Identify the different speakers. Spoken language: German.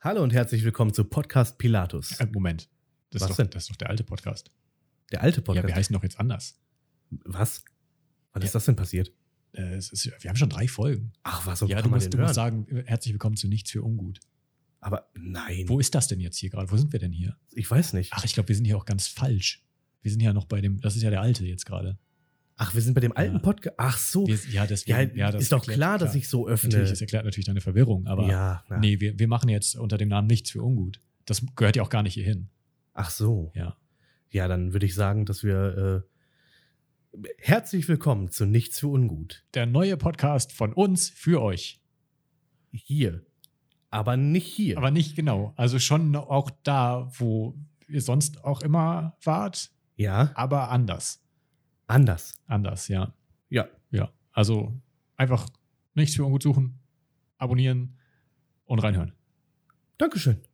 Speaker 1: Hallo und herzlich willkommen zu Podcast Pilatus.
Speaker 2: Äh, Moment. Das
Speaker 1: Was
Speaker 2: ist, doch,
Speaker 1: denn?
Speaker 2: das ist doch der alte Podcast.
Speaker 1: Der alte
Speaker 2: Ja, wir
Speaker 1: Podcast.
Speaker 2: heißen doch jetzt anders.
Speaker 1: was? Wann
Speaker 2: Ja.
Speaker 1: ist das denn passiert?
Speaker 2: Äh, es ist, wir haben schon drei Folgen.
Speaker 1: Ach, was so
Speaker 2: ja, du musst, du musst sagen, äh, herzlich willkommen zu Nichts für Ungut.
Speaker 1: Aber nein,
Speaker 2: Wo ist das denn jetzt hier gerade? Wo sind wir denn hier?
Speaker 1: ich weiß nicht. Ach,
Speaker 2: Ach, ich glaube, wir sind hier auch ganz falsch. Wir sind ja noch bei dem, das ist ja der alte jetzt gerade.
Speaker 1: wir sind bei dem alten
Speaker 2: Ja.
Speaker 1: Podcast. Ach so.
Speaker 2: Wir- Ja,
Speaker 1: ja,
Speaker 2: deswegen. Ja, das
Speaker 1: ist doch
Speaker 2: erklärt-
Speaker 1: klar, dass ich so öffne.
Speaker 2: Natürlich, das erklärt natürlich deine Verwirrung, aber
Speaker 1: ja, na.
Speaker 2: nee, wir, wir machen jetzt unter dem Namen Nichts für Ungut. Das gehört ja auch gar nicht hier hin.
Speaker 1: Ach so.
Speaker 2: Ja.
Speaker 1: Ja, dann würde ich sagen, dass wir äh, herzlich willkommen zu Nichts für Ungut.
Speaker 2: Der neue Podcast von uns für euch.
Speaker 1: Hier. Aber nicht hier.
Speaker 2: Aber nicht genau. Also schon auch da, wo ihr sonst auch immer wart,
Speaker 1: ja,
Speaker 2: aber anders.
Speaker 1: anders.
Speaker 2: Anders, ja.
Speaker 1: Ja.
Speaker 2: Ja. Also einfach nichts für ungut suchen, abonnieren und reinhören.
Speaker 1: Dankeschön.